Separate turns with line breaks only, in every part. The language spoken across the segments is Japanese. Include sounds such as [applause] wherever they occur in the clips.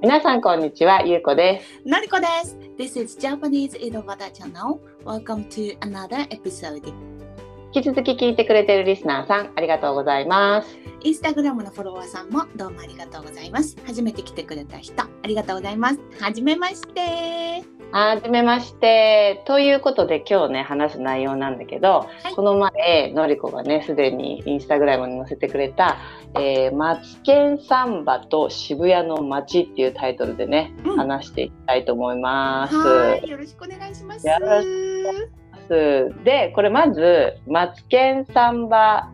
皆さんこんにちは、ゆうこです。
なりこです。This is Japanese Inobata Channel. Welcome to another episode.
引き続き聞いてくれてるリスナーさん、ありがとうございます。
インスタグラムのフォロワーさんもどうもありがとうございます。初めて来てくれた人、ありがとうございます。はじめまして。
はじめまして。ということで今日ね、話す内容なんだけど、
い
この前、のりこがね、すでにインスタグラムに載せてくれた、えー、マツケンサンバと渋谷の街っていうタイトルでね、
うん
話していきたいと思います。
はーい、よろしくお願いします。
よろでこれまず「マツケンサンバ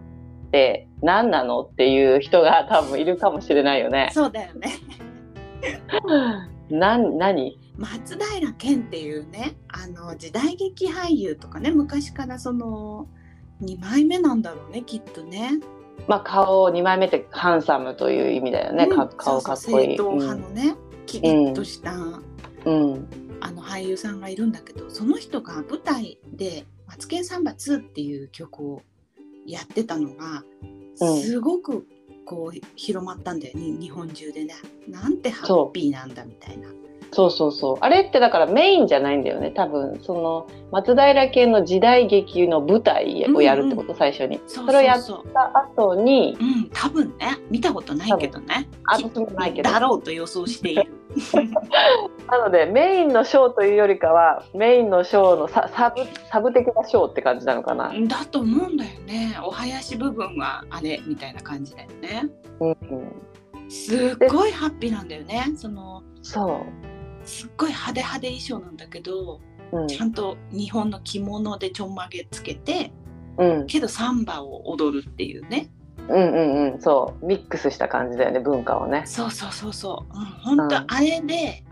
って何なの?」っていう人が多分いるかもしれないよね。
そうだよね。
なん何
松平健っていうね、あの時代劇俳優とかね、昔からその二枚目なんだろうね、きっとね。
まあ顔2枚目ってハンサムという意味だよね、
うん
か顔かっこいい。
そうそう正統派のね、キリッとした。
うんうん
あの俳優さんがいるんだけどその人が舞台で「マツケンサンバ2」っていう曲をやってたのが
うん
すごくこう広まったんだよね、日本中でねなんてハッピーなんだみたいな
そうそうそうあれってだからメインじゃないんだよね多分その松平系の時代劇の舞台をやるってこと、最初に
そ
それをやっ
そう
た後に
うん多分ね見たことないけどね
あ
きっ
私もないけど
だろうと予想している [laughs]
なのでメインのショーというよりかはメインのショーのササブサブ的なショーって感じなのかな、
だと思うんだよねお囃子部分はあれみたいな感じだよね
うん、
すっごいハッピーなんだよねその
そ
すっごい派手派手衣装なんだけど
う、うん
ちゃんと日本の着物でちょんまげつけて
うん、
けどサンバを踊るっていうね
うんうんうんそうミックスした感じだよね文化をね
そうそうそうそう、うん、本当
うん
あれで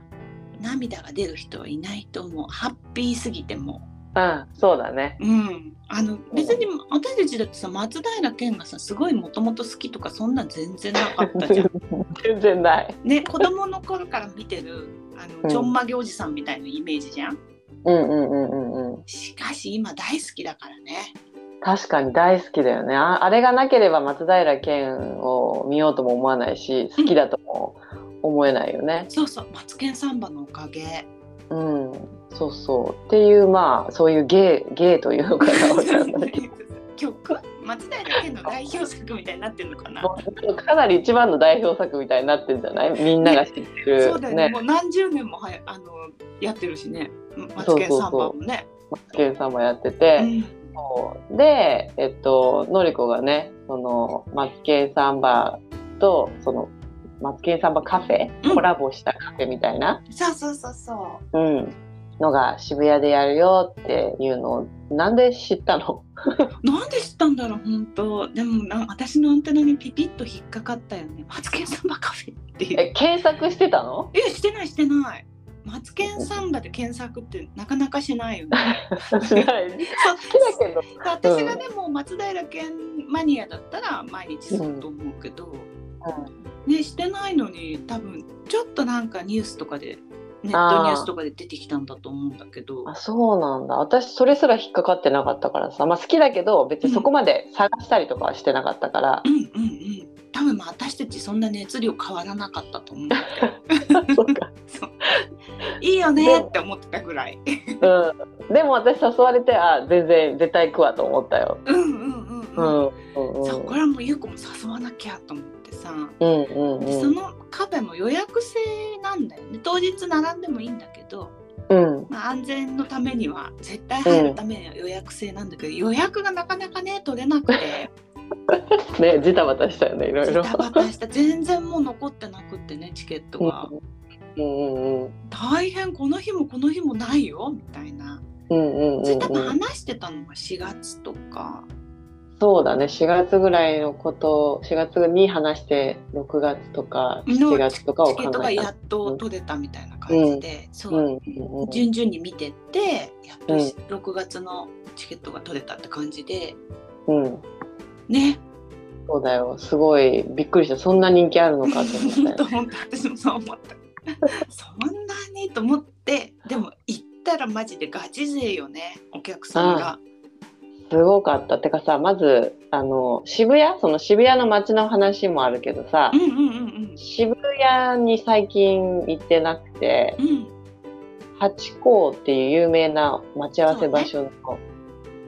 涙が出る人はいないと思うハッピーすぎても
うんそうだね
う、うん、あの別に私たちだってさ松平健がさすごいもともと好きとかそんなん全然なかったじ [laughs] ゃん
[laughs] 全然ない
ね子供の頃から見てるあ
うん
のちょんまげおじさんみたいなイメージじゃん
うんうんうんうんうん
しかし今大好きだからね
確かに大好きだよねああれがなければ松平健を見ようとも思わないし好きだとも思えないよね
そうそう「マツケンサンバ」のおかげ
うん、そうそうっていうまあそういう芸芸というのかなわかんないけど [laughs]
曲松平健の代表作みたいになってるのかな
もうかなり一番の代表作みたいになってるんじゃないみんなが知ってる、
そうだよねもう何十年もはやあのやってるしね
そ
マツ
うそうそう
ケンサンバもね
マツケンさんもやってて、
うん
そうで、えっと、のりこがねそのマツケンサンバとそのマツケンサンバカフェ、
うん
コラボしたカフェみたいな、
そうそうそうそう
うん、のが渋谷でやるよっていうのをなんで知ったの [laughs]
なんで知ったんだろう本当でもな私のアンテナにピピッと引っかかったよねマツケンサンバカフェっていう
え検索してたの [laughs]
えしてないしてないマツケンサンバで検索ってなかなかしないよね
[laughs] しない好
そう
きだけど
私がでも松平健マニアだったら毎日そうと思うけど、ね、してないのに多分ちょっとなんかニュースとかでネットニュースとかで出てきたんだと思うんだけど
あそうなんだ私それすら引っかかってなかったからさ、まあ、好きだけど別にそこまで探したりとかはしてなかったから
う、んうんうん多分まあ私たちそんな熱量変わらなかったと思うんだけど
[laughs] そうか
いいよねって思ってたぐらい
うん、でも私誘われてあ全然絶対行くわと思ったよ。
うんうんうん
う
うん、
んうんうん
そうこれはもう優子も誘わなきゃと思ってさ
うんうん
でそのカフェも予約制なんだよね当日並んでもいいんだけど
うんうん
まあ、安全のためには絶対入るためには予約制なんだけど、予約がなかなかね取れなくて
[laughs] ねジタバタしたよねいろい
ジ
ろ。
タバタした全然もう残ってなくってねチケットが、
うんうんうん
大変この日もこの日もないよみたいな、
うんうん
それ多分
うんうん
話してたのが4月とか
そうだね4月ぐらいのこと4月に話して6月とか
の
7月とかを
チ
考
ケットが
え
や
た。
っと取れたみたいな感じで、そう
う、んうんうん
順々に見てってやっと
うん
6月のチケットが取れたって感じで
うん
ね
そうだよ、すごいびっくりした。そんな人気あるのかと思った
本
よ
[laughs] 当。本当私もそう思ったそんなにと思ってでも行ったらマジでガチ勢よねお客さんが
すごかった。てかさ、まず、あの、渋谷その渋谷の街の話もあるけどさ
う、んうんうん
渋谷に最近行ってなくて、
うんうん
八甲っていう有名な待ち合わせ場所の、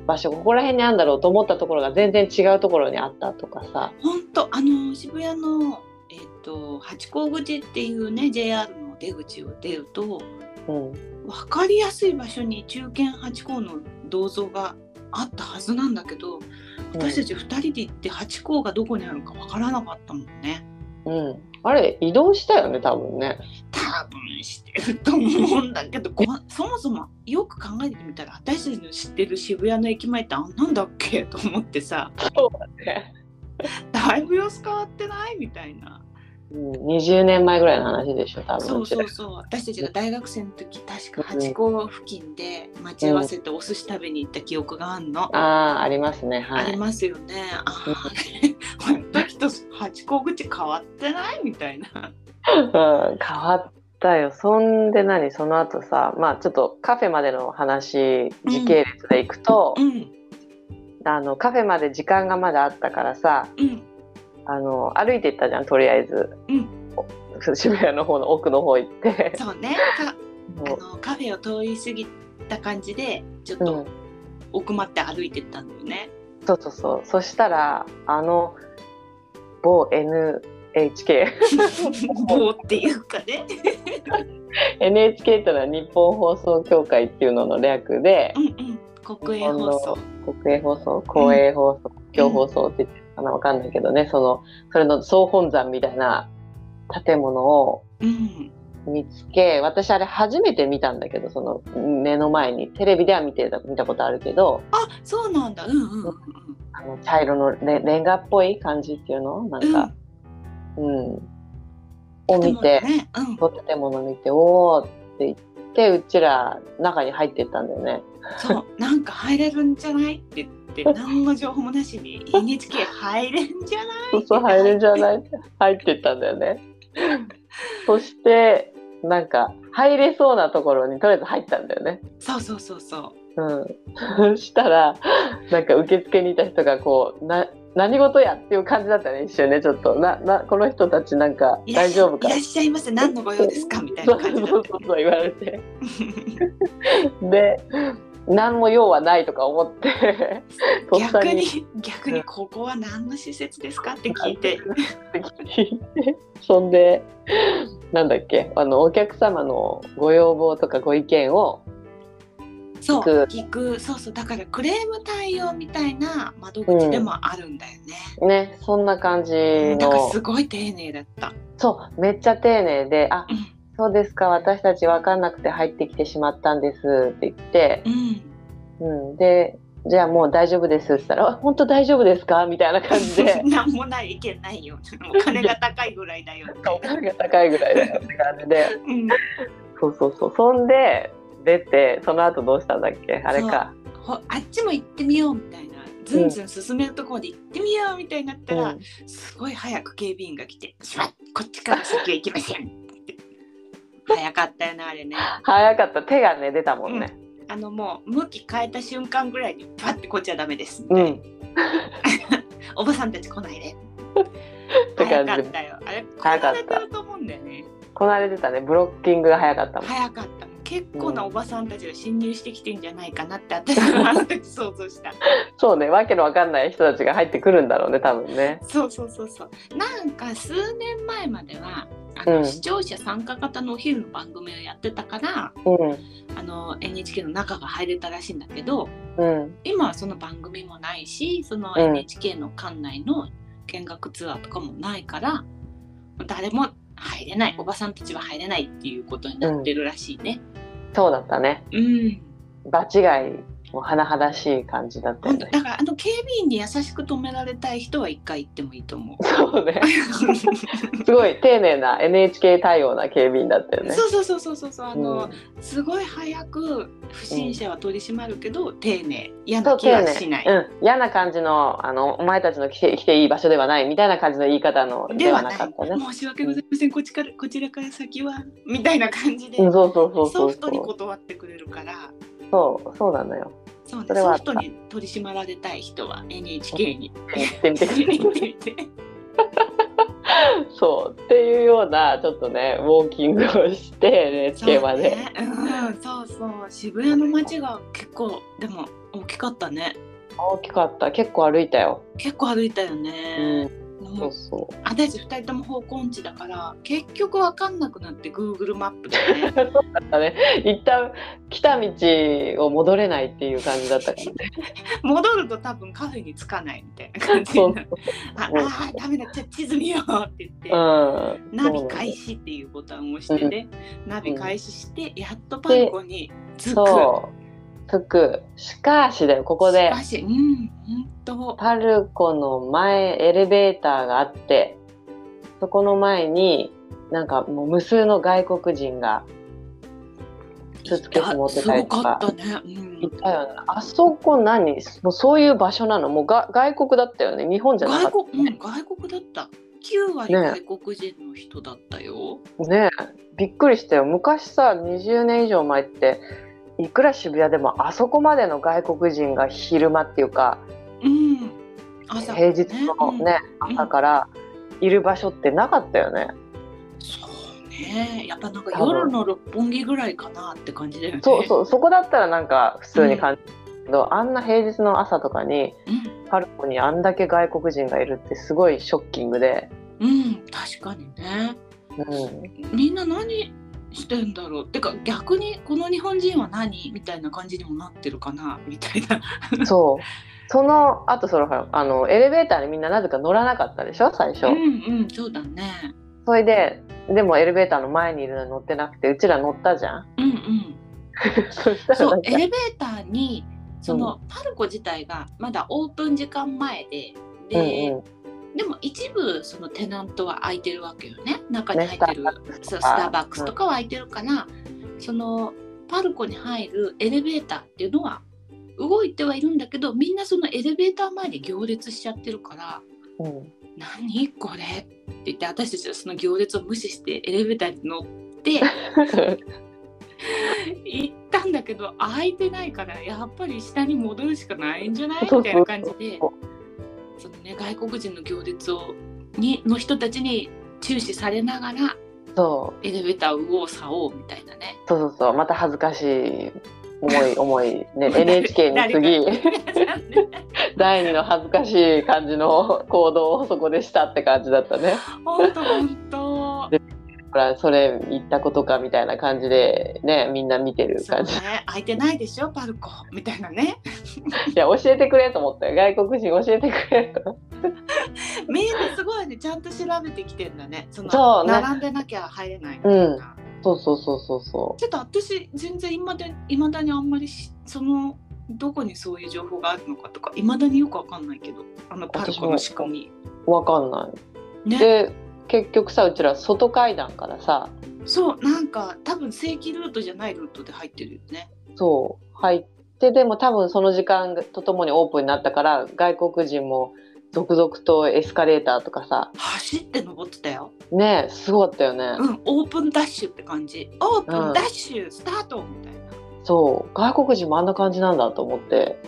場所、ここら辺にあるんだろうと思ったところが全然違うところにあったとかさ、
ほんとあの渋谷のえっ、と八甲口っていうね JR の出口を出ると
うん、
分かりやすい場所に中堅八甲の銅像があったはずなんだけど私たち2人で行って八甲がどこにあるか分からなかったもんね
うん、あれ移動したよね多分ね。
多分してると思うんだけどこそもそもよく考えてみたら私たちの知ってる渋谷の駅前ってあんなんだっけと思って [laughs] さだいぶ様子変わってないみたいな
うん、20年前ぐらいの話でしょ多分
そうそうそう私たちが大学生の時確か八甲付近で待ち合わせてお寿司食べに行った記憶があんの、
ああありますねは
あり
い。
ますよね。ああ、あ [laughs] の時と八個口変わってないみたいな。
うん、変わったよそんで何その後さまあちょっとカフェまでの話時系列でいくと、
うん
あのカフェまで時間がまだあったからさ
うん
あの歩いていったじゃんとりあえず、
う
お渋谷の方の奥の方行
[laughs]
って
そうね。かあ
も
のカフェを通り過ぎた感じでちょっ
う、う
と
ん、
奥まって歩いてったんだよ
[laughs]
ね。
そうそうそうそしたらあの某 NHK
棒っていうかね。
NHK ってのは日本放送協会っていうのの略で
うんうん。国営放送。
日本の国営放送公営放送共放送って言ってるかなわかんないけどねそのそれの総本山みたいな建物を
うん
見つけ私あれ初めて見たんだけどその目の前にテレビでは見てた見たことあるけど
あ、そうなんだ。うんうんうんうん。
あの茶色のレレンガっぽい感じっていうのなんか、うんを見て、
でもね、うん。
その建物見ておおって言ってうちら中に入ってったんだよね。
そう、なんか入れるんじゃないって言って、何の情報もなしに NHK 入れんじゃない。
そうそう入るんじゃない入ってったんだよね。そしてなんか入れそうなところにとりあえず入ったんだよね。
そうそうそうそう。
うん、そしたらなんか受付にいた人がこうな何事やっていう感じだったね一瞬ねちょっとななこの人たちなんか
いらっ
大
しゃ
丈夫か
いらっしゃいませ何のご用ですかみたい
そ
な
うそう
感じだ
そう
った
そう
よね
言われてで何も用はないとか思ってとっさ
逆に逆にここは何の施設ですかって聞いて
そんでなんだっけあのお客様のご要望とかご意見を
そう
聞
聞くそうそうだからクレーム対応みたいな窓口でもあるんだよね、
ねそんな感じ
だから
の
すごい丁寧だった、
そうめっちゃ丁寧で「あ
う
そうですか私たち分かんなくて入ってきてしまったんです」って言って、
んうん、。
うん、で「じゃあもう大丈夫です」って言ったらあ「本当大丈夫ですか?」みたいな感じで
何も [laughs] ない意見ないよお金が高いぐらいだよみた
お
いな
金が高いぐらいだよって感じで
うん
そうそうそうそんで出てその後どうしたんだっけあれか
ほあっちも行ってみようみたいなずんずん進めるところで行ってみようみたいになったら、
うん
すごい早く警備員が来て「しまっこっちから先は行きません」って早かったよなあれね
早かった手がね出たもんね、
あのもう向き変えた瞬間ぐらいにパッてこっちはダメですみ
う
た
ん
いな、おばさんたち来ないで
て
早
感
かっ
じで
たよあれ
早かった
こなれてると思うんだよね
こなれてたねブロッキングが早かったもん
早かった結構なおばさんたちが侵入してきてんじゃないかなって私はあの時想像した
そうねわけのわかんない人たちが入ってくるんだろうね多分ね
そうそうそうそう。なんか数年前まではあの、
うん
視聴者参加型のお昼の番組をやってたから
う
あの NHK の中が入れたらしいんだけど
んうん
今はその番組もないしその
うん
NHK の館内の見学ツアーとかもないから、誰も入れないおばさんたちは入れないっていうことになってるらしいね。
そうだったね
うん
場違いも甚だしい感じだったよ
本当
ね。
だからあの警備員に優しく止められたい人は一回行ってもいいと思う
そうねすごい丁寧な NHK 対応な警備員だったよね
そうそうそうそうそうそうあの、
うん
すごい早く不審者は取り締まるけど、丁寧嫌
そ
な
う
気
丁
はしない、
寧、うん、嫌な感じのあのお前たちの来て来ていい場所ではないみたいな感じの言い方の
で
で
は
は
ない
なかったね。
申し訳ございませんこっちからこちらから先はみたいな感じで、
うんそうそうそうそ
ソ
う
フトに
そう
断ってくれるから
そうそうなのよ。
そうね
それはあ
ソ
っ
フ
た
トに取り締まられたい人は NHK [laughs] に
行ってみてください
行ってみて
そうっていうようなちょっとねウォーキングをして
そう
NHK まで、
ねうん、そうそう渋谷の街が結構でも大きかったね
大きかった結構歩いたよ、
結構歩いたよね、
うん、
も
そううそ
私2人とも方向音痴だから結局分かんなくなって Google マップでね
[laughs] う一旦来た道を戻れないっていう感じだったからね
戻ると多分カフェに着かないみたいな感じ
そ
に
う
なるああーダメだじゃあ地図見ようって言って、
うん
ナビ開
始
始っていうボタンを押してね、ナビ開始してやっとパン粉に着く
そうつくしかしだよここで
しかしうん本当
パルコの前エレベーターがあってそこの前になんかもう無数の外国人がスーツケース持ってたりとか
すごかったね、うん
いたよねあそこ何もうそういう場所なのもうが外国だったよね日本じゃなかっ
外国、うん、外国だった。9割
ね
外国人の人だったよ。
たねえびっくりしたよ昔さ20年以上前っていくら渋谷でもあそこまでの外国人が昼間っていうか
うん。朝
平日のね
うん
朝からいる場所ってなかったよね
うんそうね。やっぱなんか夜の六本木ぐらいかなって感じだよね。
そうそうそこだったらなんか普通に感じるけど、あんな平日の朝とかに
うん。
パルコにあんだけ外国人がいるってすごいショッキングで、
うん、確かにね。
うん、
みんな何してんだろう。てか逆にこの日本人は何みたいな感じにもなってるかなみたいな。
そうそのあとそのほらあのエレベーターにみんななぜか乗らなかったでしょ最初、
うんうん、そうだね。
それででもエレベーターの前にいるのに乗ってなくてうちら乗ったじゃん
[laughs] うんうん。
そしたら
そ
な
うん
か
エレベーターにそのパルコ自体がまだオープン時間前で。で、
うんうん
でも一部そのテナントは空いてるわけよね中に入ってる
ねスターバックスとか
そうスターバックスとかは空いてるから、そのパルコに入るエレベーターっていうのは動いてはいるんだけどみんなそのエレベーター前で行列しちゃってるから
うん、
「何これ?」って言って私たちはその行列を無視してエレベーターに乗って行ったんだけど空いてないからやっぱり下に戻るしかないんじゃないみたいな感じで
そう
そのね外国人の行列をにの人たちに注視されながら
そう
エレベーターを右往左往みたいなね。
そうそうそうまた恥ずかしい思い思い
[laughs]
ね NHK に次 [laughs]
誰か
第二の恥ずかしい感じの行動をそこでしたって感じだったね。
本当本当。
ほらそれ言ったことかみたいな感じでねみんな見てる
そう
感じ。
ね空いてないでしょパルコみたい
[laughs]
なね。
いや教えてくれと思ったよ外国人教えてくれと。
みんなすごいねちゃんと調べてきてんだね。その
そうね
並んでなきゃ入れないみたいな。
うんそうそうそうそうそ
ちょっと私全然いまだいまだにあんまりしそのどこにそういう情報があるのかとかいまだによくわかんないけどあのパルコの仕組
うわかんな
み
い。
ね
で結局さうちら外階段からさ
そうなんか多分正規ルートじゃないルートで入ってるよね
そう入ってでも多分その時間とともにオープンになったから外国人も続々とエスカレーターとかさ
走って登ってたよ
ねすごかったよね。
うんオープンダッシュって感じオープ
うん
ンダッシュスタートみたいなね
そう外国人もあんな感じなんだと思って。
え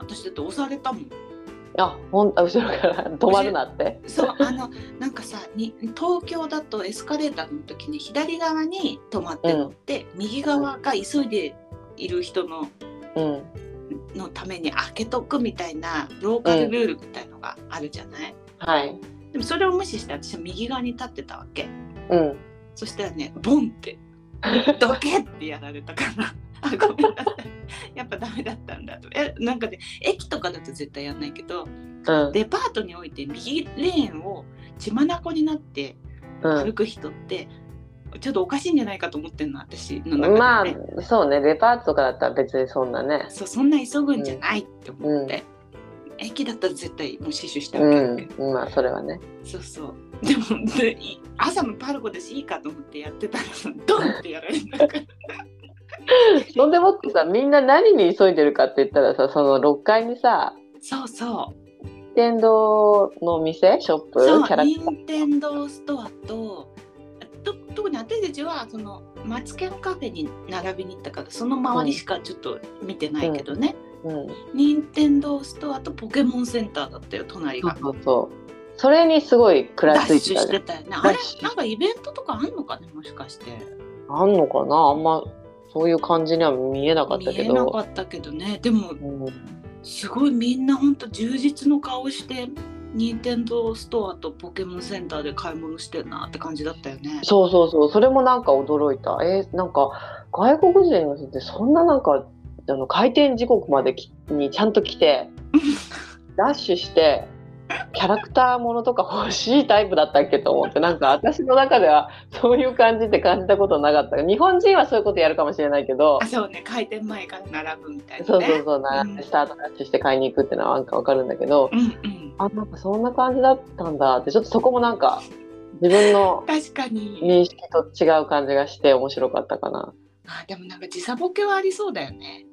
私だって押されたもん
あ、ほん、あ後ろから止まるなって。
そうあ
[laughs]
のなんかさに東京だとエスカレーターの時に左側に止まって乗って、右側が急いでいる人の
うん。
のために開けとくみたいなローカルルールみたいのがあるじゃない、
はい。
でもそれを無視して私は右側に立ってたわけ
うん。
そしたらねボン
[laughs]
ってドケってやられたからあごめんなさいやっぱダメだったんだとえなんかね駅とかだと絶対やんないけど
うん。
デパートにおいて右レーンを血眼になって
う
歩く人って、ちょっとおかしいんじゃないかと思ってんの私の中で、ね
ん。まあ、そうね、デパートとかだったら別にそんなね。
そうそんな急ぐんじゃないって思って、駅だったら絶対もう死守したわけ、
うん。まあ、それはね。
そうそうでもでい朝のパルコだしいいかと思ってやってたらドンってやられたから
そんでもってさ、みんな何に急いでるかって言ったらさ、その6階にさ、
そうそ
天堂の店ショッ
う
プ
そう
キャラクター。
任天堂ストアとと特に私たちはそのマツケンカフェに並びに行ったからその周りしかちょっと見てないけどね、
うん、
任天堂ストアとポケモンセンターだったよ隣
そう
が。
そうそうそれにすごい食らい
ダ
つ
ッ
いて
シュ
た
し
ね
てたよね。あれ
ダッシュ
なんかイベントとかあんのかねもしかして。
あんのかなあんまそういう感じには見えなかった
見
け
え
ど
なかったけどねでも
うん、
すごいみんなほんと充実の顔して任天堂ストアとポケモンセンターで買い物してんなって感じだったよね。
そうそうそうそれもなんか驚いたえーなんか外国人の人ってそんななんかあの開店時刻まできにちゃんと来 [laughs] てダッシュしてキャラクターものとか欲しいタイプだったっけと思ってなんか私の中ではそういう感じって感じたことなかった日本人はそういうことやるかもしれないけど
あそうね開店前から並ぶみたいなね。
そうそうそう並ん
うん
でスタートダッシュして買いに行くってのはなんかわかるんだけど
うんうん、
あなんかそんな感じだったんだってちょっとそこもなんか自分の
確かに、
認識と違う感じがして面白かったかな。
あでもなんか時差ボケはありそうだよね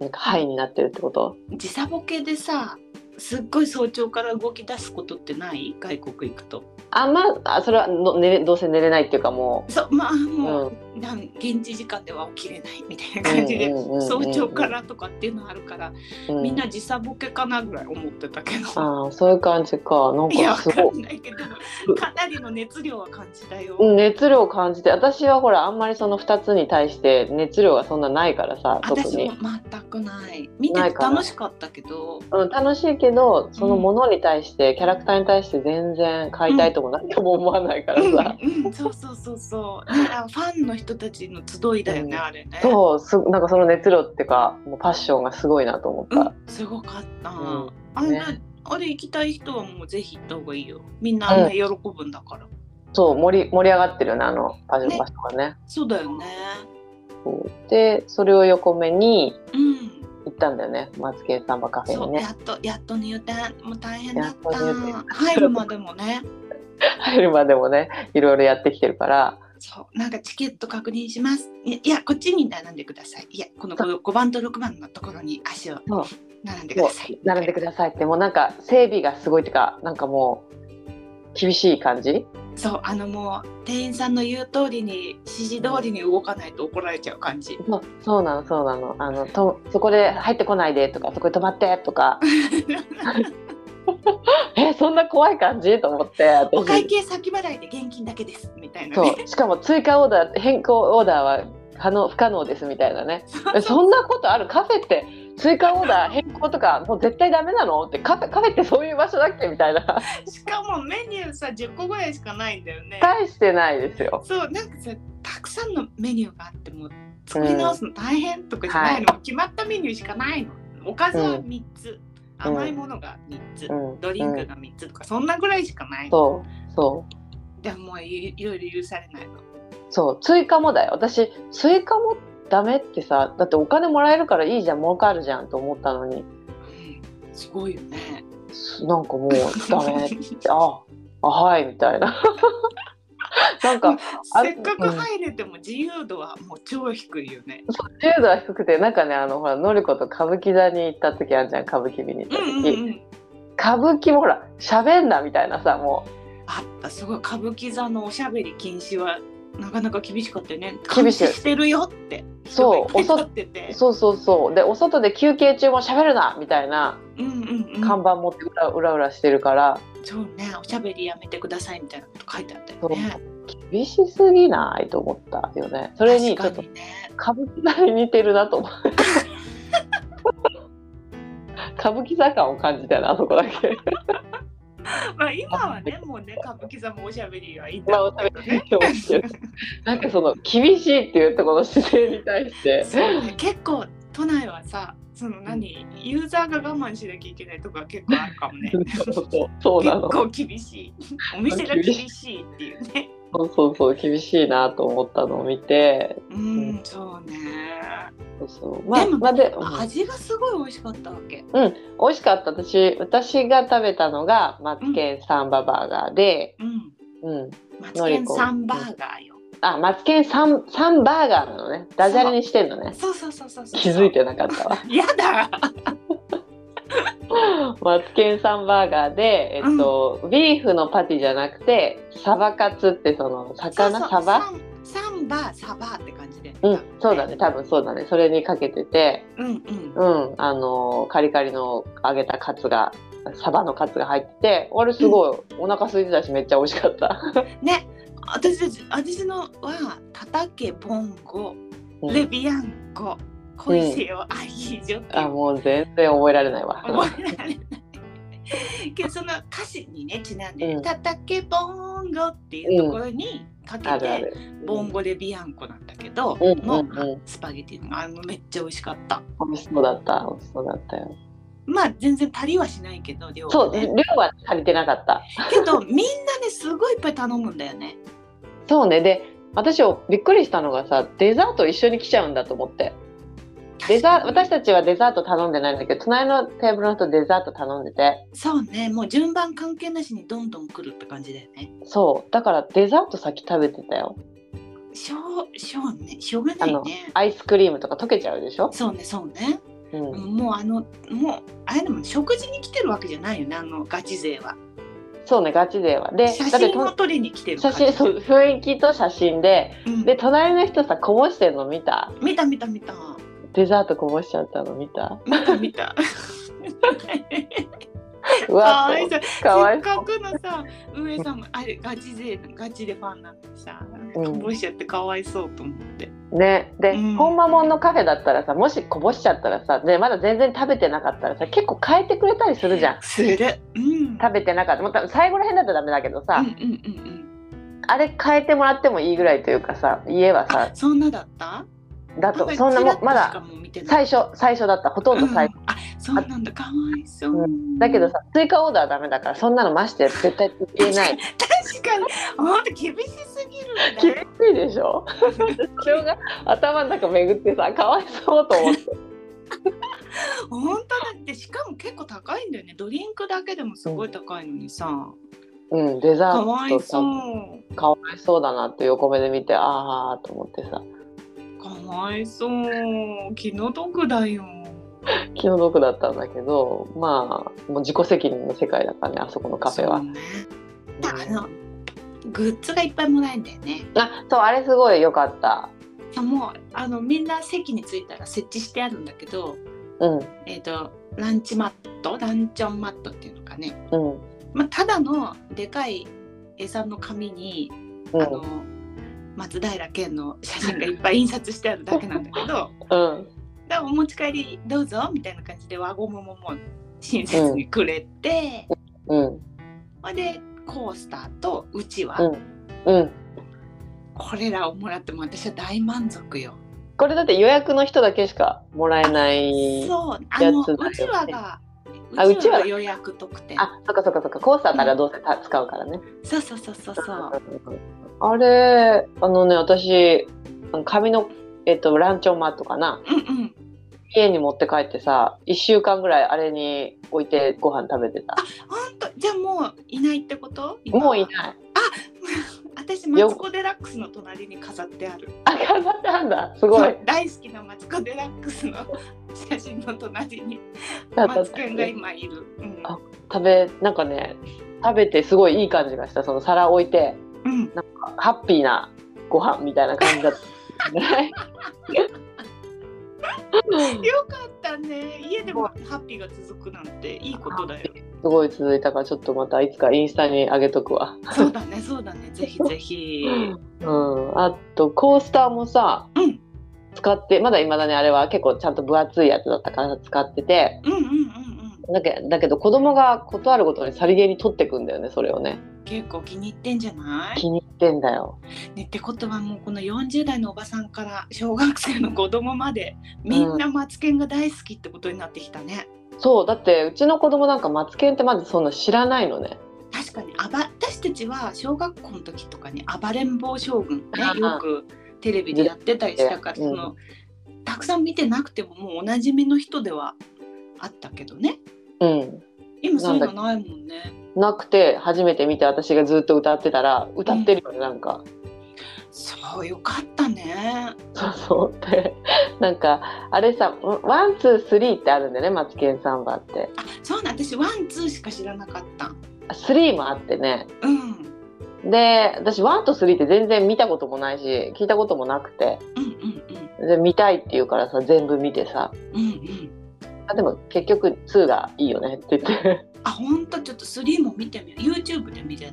なんかハイになってるってこと
時差ボケでさすっごい早朝から動き出すことってない外国行くと
あまああそれはの寝れどうせ寝れないっていうかも
そうまあ
う、
もう、
ん、
なん現地時間では起きれないみたいな感じで、
うんうんうんうん
早朝からとかっていうのあるから、
う
みんな時差ボケかなぐらい思ってたけど、
あーそういう感じかなん
い
か
やわ
す
か
ごい
んないけど
ごい
かなりの熱量は感じたよ、
うん熱量を感じて私はほらあんまりその2つに対して熱量がそんなないからさ特
私
に
も、全くない見てて楽しかったけど
うん、楽しいけどそのものに対して、キャラクターに対して全然買いたいとも何とも思わないからさ、
うんうん、そうそうそうそう。だからファンの人たちの集いだよね、
うん
あれね。
そうすなんかその熱量っていうかもうパッションがすごいなと思っ
うん
た、、
すごかった。
うん
あれ、
ね
あれ行きたい人はもうぜひ行った方がいいよ。みんなあんな喜ぶんだから。
そう盛り盛り上がってるよねあのパジ
ね
ョン場所がね
そうだよね。
そうでそれを横目に
うん。
行ったんだよねマツケンサンバカフェ
そ
に
う、
ね
やっとやっと入店もう大変だっ
や
た。
っと入店
入るまでもね。
入るまでもねいろいろやってきてるから
そうなんかチケット確認します。いやこっちに並んでください。いやこのこの5番と6番のところに足を
そう
並んでく
もう
ださい。
並んでくださいってもうなんか整備がすごいっていうかなんかもう厳しい感じ
そうあのもう店員さんの言う通りに指示通りに動かないと怒られちゃう感じ。
そうそうなのそうなのあのとそこで入ってこないでとかそこで止まってとか
[laughs]
えそんな怖い感じと思って私
お会計先払いで現金だけですみたいなね。
そうしかも追加オーダー変更オーダーは可能不可能ですみたいなねえそんなことあるカフェって追加オーダー変更とかもう絶対ダメなのってカフェカフェってそういう場所だっけみたい
[laughs]
な
しかもメニューさ10個ぐらいしかないんだよね。
大してないですよ
そうなんかさたくさんのメニューがあってもう作り直すの大変とかじゃないの、決まったメニューしかないの。おかずは3つ、
うん
甘いものが3つ、
うん
ドリンクが3つとかそんなぐらいしかないの。
そうそう
でももういいろいろ許されないの。
そう追加もだよ私追加もダメってさだってお金もらえるからいいじゃん儲かるじゃんと思ったのに
うんすごいよね。
すなんかもうダメっ
[laughs]
てああはいみたいな [laughs] なんかあ
せっかく入れても自由度はもう超低いよね。
自由度は低くてなんかねあのほらのりこと歌舞伎座に行った時あるじゃん歌舞伎見に行った時、
ん。
歌舞伎もほら喋んなみたいなさも
あったすごい歌舞伎座のおしゃべり禁止はなかなか厳しかったよね。
厳しい
監視してるよって。
そう
人がいっぱい立ってて
う。そうそうそうでお外で休憩中も喋るなみたいな
うんうんうん。
看板持ってうらうらうらしてるから、
そうねおしゃべりやめてくださいみたいなこと書いてあったよ
そう
ね。
厳しすぎないと思ったよねそれにちょっ
確か
と
にね。
歌舞伎座に似てるなと
[laughs]
思って歌舞伎座感を感じたよねあそこだけ
まあ今はねもうね歌舞伎座もおしゃべりはいいん
ま
だ
あ
ろ
お
う
しゃべり [laughs] と
けどね。
思ってなんかその厳しいっていうところの姿勢に対して
そうね結構都内はさその何ユーザーが我慢しなきゃいけないとか結構あるかもね。
そうそうそうな
結
の
構厳しい。お店が厳しいっていうね。
そうそうそう厳しいなと思ったのを見て
うん、そうね。
そうそうまあ
でも
まあで、
味がすごい美味しかったわけ。
美味しかった私私が食べたのがマツケンサンババーガーで、
うん。
うん
マツケンサンバーガーよ。
あマツケンサンサンバーガーなのねダジャレにしてんのね
そうそうそうそうそう。
気づい。てなかったわ
やだ。
マツケンサンバーガーで、えっとビーフのパティじゃなくてサバカツってその魚
そうそう
サバ
サンサンバーサバーって感じで、
うん、そうだね、多分そうだね。それにかけてて、
うんうん
うん、あのカリカリの揚げたカツが、サバのカツが入ってて、あれすごい、お腹空いてたし、めっちゃ美味しかった。
ね私たち私のはたたけボンゴ
うん
レビアンコ恋せよアヒージョってい
あ、
う
もう全然覚えられないわ。
覚えられないけどその歌詞にねちなんで
う
「
ん
たたけボンゴ」っていうところにか
あ
け
るあ
て
る。
ボンゴレビアンコなんだけど
うん
の
うんうん
スパゲティのあのめっちゃ美味しかった
美味しそうだった。美味しそうだったよ。
まあ全然足りはしないけど量は
そう、
ね
量は足りてなかった。
けどみんなねすごいいっぱい頼むんだよね
そうね。で、私びっくりしたのがさ、デザート一緒に来ちゃうんだと思って。デザ私たちはデザート頼んでないんだけど、隣のテーブルの人デザート頼んでて。
そうねもう順番関係なしにどんどん来るって感じだよね
そう。だからデザート先食べてたよ。
しょうしょうねしょうがないね
アイスクリームとか溶けちゃうでしょ。
そうねそうね、
うん。
もうあのもうあれでも食事に来てるわけじゃないよねあのガチ勢は
そうね、ガチ勢は。で、
写
だって
真を
と
撮りに来てる
写
感
真、
じ
そう、雰囲気と写真で、
うん
で、隣の人さ、こぼしてんの見た
見た見た見た
デザートこぼしちゃったの見た
見た見た
う
か
わ
わいそう
かわ
せっ
いそ
か
う。
くのさ上さんもあれガチ勢ガチでファンなのにさ
うん
こぼしちゃってかわいそうと思って、
ね、で、
うん
本間もんのカフェだったらさもしこぼしちゃったらさでまだ全然食べてなかったらさ結構変えてくれたりするじゃん
するうん
食べてなかったもう多分最後らへんだったらダメだけど
う
さ
ん、うんうんうん
あれ変えてもらってもいいぐらいというかさ家は
あ
さ
そんなだった
だとそんなもんまだ最
初
初最初だったほとんど最初、
あそうなんだかわいそう、
うだけどさ追加オーダーダメだからそんなのまして絶対言えない
確かに本当厳しすぎるんだ
厳しいでし [laughs] ょそれが頭の中巡ってさかわいそうと思って
本当だってしかも結構高いんだよねドリンクだけでもすごい高いのにさ、
[laughs] うんデザ
かわ
ート
い
さ
そう
かわいそうだなって横目で見てああと思ってさ
かわいそう気の毒だよ
気の毒だったんだけどまあもう自己責任の世界だからねあそこのカフェは
そう。ねあのグッズがいっぱいもらえんだよね
あそうあれすごい良かった。
あもうあのみんな席に着いたら設置してあるんだけど
うん
えっ、とランチマットランチョンマットっていうのかね
うん
まあ、ただのでかい餌の紙に、
うん
あの松平健の写真がいっぱい印刷してあるだけなんだ
[laughs]
けど
うん
だからお持ち帰りどうぞみたいな感じで輪ゴムももう親切にくれて、
うん
ほん、でコースターとうちわ、
うんうん。
これらをもらっても私は大満足よ。
これだって予約の人だけしかもらえない。
そうあの
やつだよね
うちわが
あ
うちわ
うちわ
が予約特典
あそっかそっかそっかコースターからどうせた使うからね。
そうそうそうそうそう
あれあのね私紙のえっとランチョンマットかな。
うんうん
家に持って帰ってさ1週間ぐらいあれに置いてご飯食べてた
ほんとじゃあもういないってこと今は
もういない
私マツコ・デラックスの隣に飾ってある
あ飾ってあんだすご
そ
いう
大好きなマツコ・デラックスの [laughs] 写真の隣に
だ
マツくんが今いる、うん
あ食べなんかね食べてすごいいい感じがしたその皿置いて
うん、
ハッピーなご飯みたいな感じだ
[laughs]
ったね
よかったね家でもハッピーが続くなんていいことだよ
すごい続いたからちょっとまたいつかインスタに上げとくわ
そうだねそうだねぜひぜ
[laughs]
ひ
うんあとコースターもさ
うん
使ってまだいまだにあれは結構ちゃんと分厚いやつだったから使ってて
うんうんうんうん
だけだけど子供が断るごとにさりげに取ってくんだよねそれをね
結構気に入ってんじゃない、
気に入ってんだよ
ね、ってことはもうこの40代のおばさんから小学生の子供までみんなマツケンが大好きってことになってきたね、
そうだってうちの子供なんかマツケンってまずそんな知らないのね
確かにあば私たちは小学校の時とかに「暴れん坊将軍、ね
あ」ー
よくテレビでやってたりしたから、
うん
そのたくさん見てなくてももうおなじみの人ではあったけどね
うん
今そういうのないもんね
なくて初めて見て私がずっと歌ってたら歌ってるよねなんか、
そうよかったね
そうそうでなんかあれさワンツースリーってあるんだよねマツケンサンバって
そうな私ワンツーしか知らなかった
あスリーもあってね
うん
で私1と3って全然見たこともないし聞いたこともなくて
うんうんうん
で見たいって言うからさ全部見てさ
うんうん
あでも結局2がいいよねって言って [laughs]
あ本当ちょっと3も見てみよう YouTube で見れる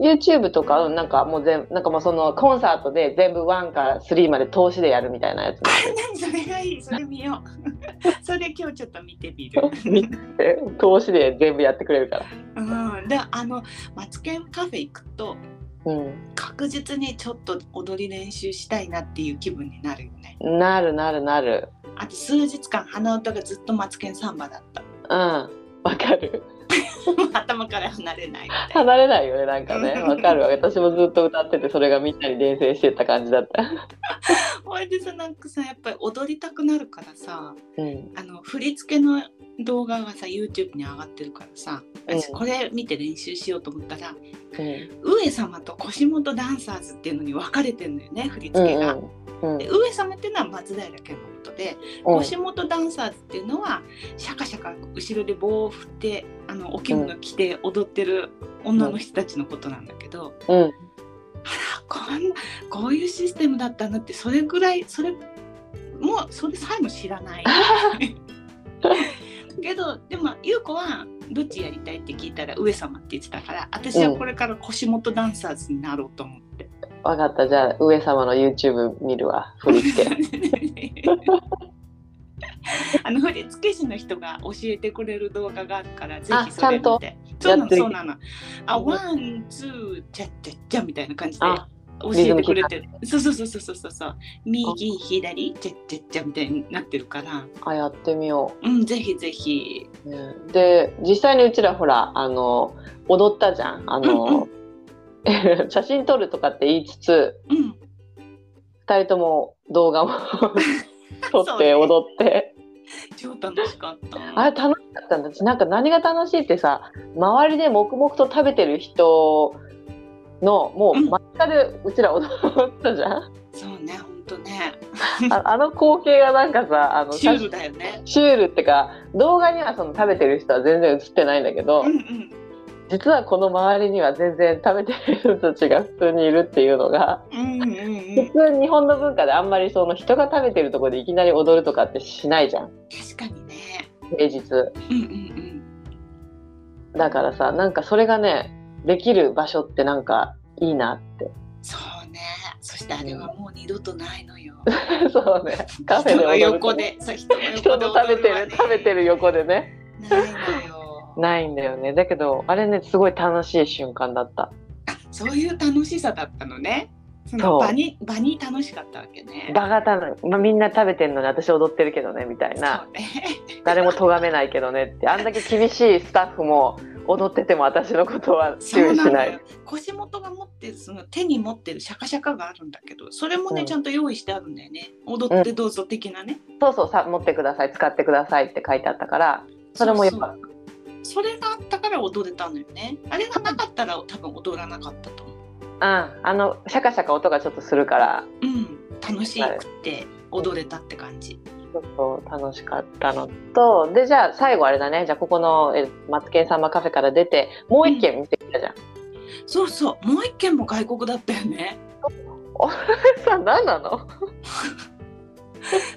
の
YouTube とかうんなんかもう全なんかもうそのコンサートで全部1から3まで投資でやるみたいなやつ
[laughs] 何それがいいそれ見よう [laughs] それ今日ちょっと [laughs] 見てみる
見て [laughs] 投資で全部やってくれるから
うんであのマツケンカフェ行くと
うん
確実にちょっと踊り練習したいなっていう気分になるよね
なるなるなる
あと数日間鼻歌がずっとマツケンサンバだった [laughs]
うんわかる [laughs]
頭から離れないみたいな
離れないよねなんかね
うん
わかるわ私もずっと歌っててそれがみんなに伝染してった感じだった
ほいでさなんかさやっぱり踊りたくなるからさ
うん
あの振り付けの動画がさ YouTube に上がってるからさ
うん
私これ見て練習しようと思ったら、
うん
上様と腰元ダンサーズっていうのに分かれてるのよね振り
う
付けが。
んうん
で上様っていうのは松平健のことで
うん
腰元ダンサーズっていうのはシャカシャカ後ろで棒を振ってあのお着物着て踊ってる女の人たちのことなんだけど、
うん
あこんなこういうシステムだったんだってそれぐらいそれもうそれさえも知らないけどでも優子はどっちやりたいって聞いたら上様って言ってたから私はこれから腰元ダンサーズになろうと思って。
わかったじゃあ上様の YouTube 見るわ振り付
[laughs]
け
あの振り付け師の人が教えてくれる動画があるからぜ
あ
ひそれ見てそ
や
うな
っ
の
てる
そうなのあワンツーチャッチャッチャみたいな感じで
あ
教えてくれてるそうそうそうそうそうそうそう右左チャッチャッチャみたいになってるから
あやってみよ
うんぜひぜひ
う、ねで実際にうちらほらあの踊ったじゃんあの、 [laughs] 写真撮るとかって言いつつ
うん
2人とも動
[laughs]
画も撮
そ
っ
うね
て踊って、
超楽しかった
あれ楽しかったんだ私なんか何が楽しいってさ周りで黙々と食べてる人のもう
うん
真っ赤でうちら踊ったじゃん、
そうねほんとね
ああの光景がなんかさあの
シュールだよね
シュールってか動画にはその食べてる人は全然映ってないんだけど、
うんうん
実はこの周りには全然食べてる人たちが普通にいるっていうのが、
うんうんうん
普通日本の文化であんまりその人が食べてるとこでいきなり踊るとかってしないじゃん
確かにね
平日
うんうんうん
だからさなんかそれがねできる場所ってなんかいいな [laughs] って
そうね。そしてあれはもう二度とないのよ。
そうね [laughs] カフェで
人の
踊ると
横で、そう人の
人
横で
と食べて
踊は
る
ね
食べてる横でね
ないのよ。
[laughs] ないんだよねだけどあれねすごい楽しい瞬間だった
あそういう楽しさだったのね。そ
そ
の
う
場に場に楽しかったわけね。
バカたの、まあ、みんな食べてるのに私踊ってるけどねみたいな
そ
[laughs]
うね。
誰も咎めないけどねってあんだけ厳しいスタッフも踊ってても私のことは
そ
注
う
意
な
し
の
な
よ
い。
腰元が持ってるその手に持ってるシャカシャカがあるんだけど、それもね、
うん
ちゃんと用意してあるんだよね。踊ってどうぞ的なね。
そうそうさ持ってください使ってくださいって書いてあったからそれもよかった
そうそうそれがあったから踊れたのよね。あれがなかったら多分踊らなかったと思う。
うん、あのシャカシャカ音がちょっとするから
うん、楽しくって踊れたって感じ。
ちょっと楽しかったのとでじゃあ最後あれだねじゃあここのえマツケンサンバカフェから出てもう一軒見てきたじゃん、
そうそう、もう一軒も外国だったよね。 [laughs]
さ何なの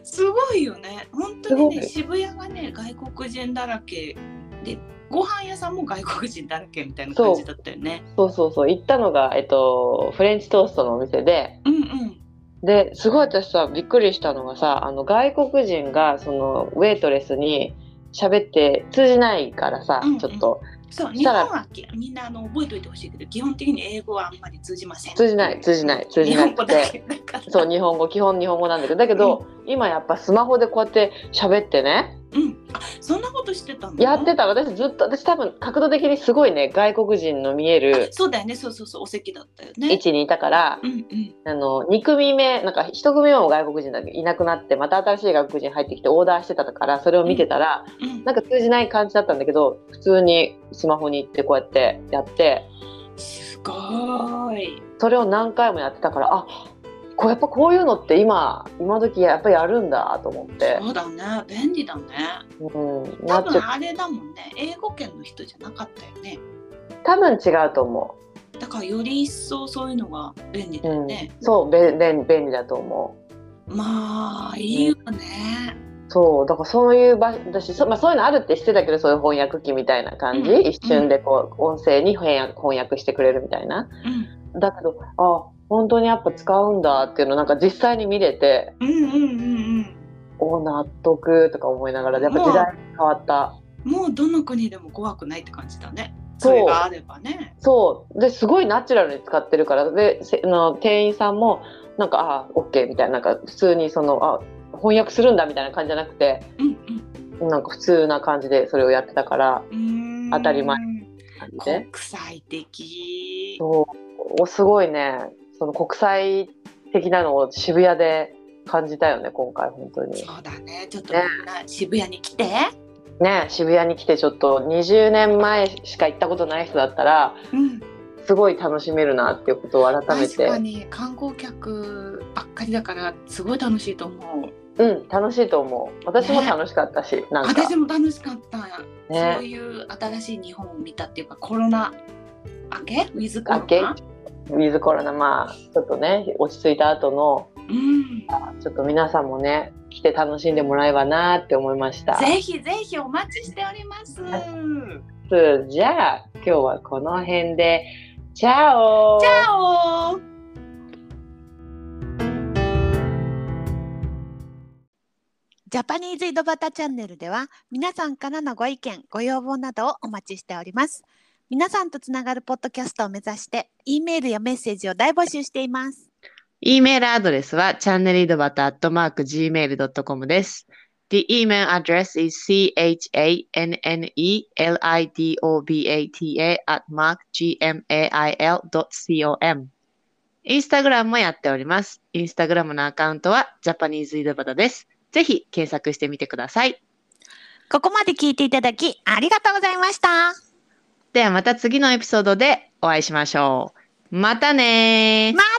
すごいよね。本当にね、
す
渋谷がね、外国人だらけで、ご飯屋さんも外国人だらけみたいな
そう
感じだったよね。
そうそうそう行ったのが、えっと、フレンチトーストのお店で
うんうん。
ですごい私さびっくりしたのがさあの外国人がそのウェイトレスに喋って通じないからさ、
うんうん
ちょっと
そう、
し
日
た
本
ら
はきみんなあの覚えておいてほしいけど、基本的に英語はあんまり通じません。
通じない通じない通じな
日本
い
語
く
だ
て
けだから。 [laughs]
そう日本語基本日本語なんだけどだけど、今やっぱスマホでこうやって喋ってね
うん。あ、そんなことしてたの
やってた私ずっと私多分角度的にすごいね外国人の見える
そうだよね、そうそうそう、お席だったよ
位
ね。
置にいたから
うんうん。
あの2組目なんか1組目も外国人だけどいなくなってまた新しい外国人入ってきてオーダーしてたからそれを見てたら、
うん
なんか通じない感じだったんだけど普通にスマホに行ってこうやってやって
すごーい。
それを何回もやってたからあこうやっぱこういうのって今今時やっぱやるんだと思って、
そうだね、便利だね。
うん、な
多
っち
分
ゃ
あれだもんね英語圏の人じゃなかったよね
多分違うと思
だだからより一層そういうのが便利だよね。
そう便便便利だと思う
まあいいよね。
そうだからそういう場私そ,、まあ、そういうのあるってしてたけどそういう翻訳機みたいな感じ、
うん
一瞬でこう音声に翻訳翻訳してくれるみたいな
うん
だけどあ本当にやっぱ使うんだっていうのなんか実際に見れて
うんうんうん
お納得とか思いながらやっぱ時代変わった、
うん。もうどの国でも怖くないって感じだね。それがあればね。
そうですごいナチュラルに使ってるからでせあの店員さんもなんかあオッケーみたいななんか普通にそのあ翻訳するんだみたいな感じじゃなくて
うん
なんか普通な感じでそれをやってたから
うん。うーん
当たり前感じで
国際的。
そうおすごいねその国際的なのを渋谷で感じたよね今回本当に
そうだね。ちょっとみ
ね
んな渋谷に来て。
ね渋谷に来てちょっと20年前しか行ったことない人だったら
うん。
すごい楽しめるなっていうことを改め
確か
て
に観光客ばっかりだからすごい楽しいと思う。
うん楽しいと思う私も楽しかったし、なんか
私も楽しかった。そう
ね
いう新しい日本を見たっていうかコロナ明けウィズコロ
明け
ナ
ウィズコロナまあちょっとね落ち着いた後の
うん、
ちょっと皆さんもね来て楽しんでもらえばなって思いました
ぜひぜひお待ちしております。
じゃあ今日はこの辺でチャオ
チャオ
ジャパニーズ井戸端チャンネルでは皆さんからのご意見ご要望などをお待ちしております皆さんとつながるポッドキャストを目指して E メールやメッセージを大募集しています
E メールアドレスは channelidobata.gmail.com です。The email address is chanelidobata at mark gmail.com。インスタグラムもやっております。インスタグラムのアカウントは Japanese 井戸端です。ぜひ検索してみてください。
ここまで聞いていただきありがとうございました
ではまた次のエピソードでお会いしましょう。またねー。
またね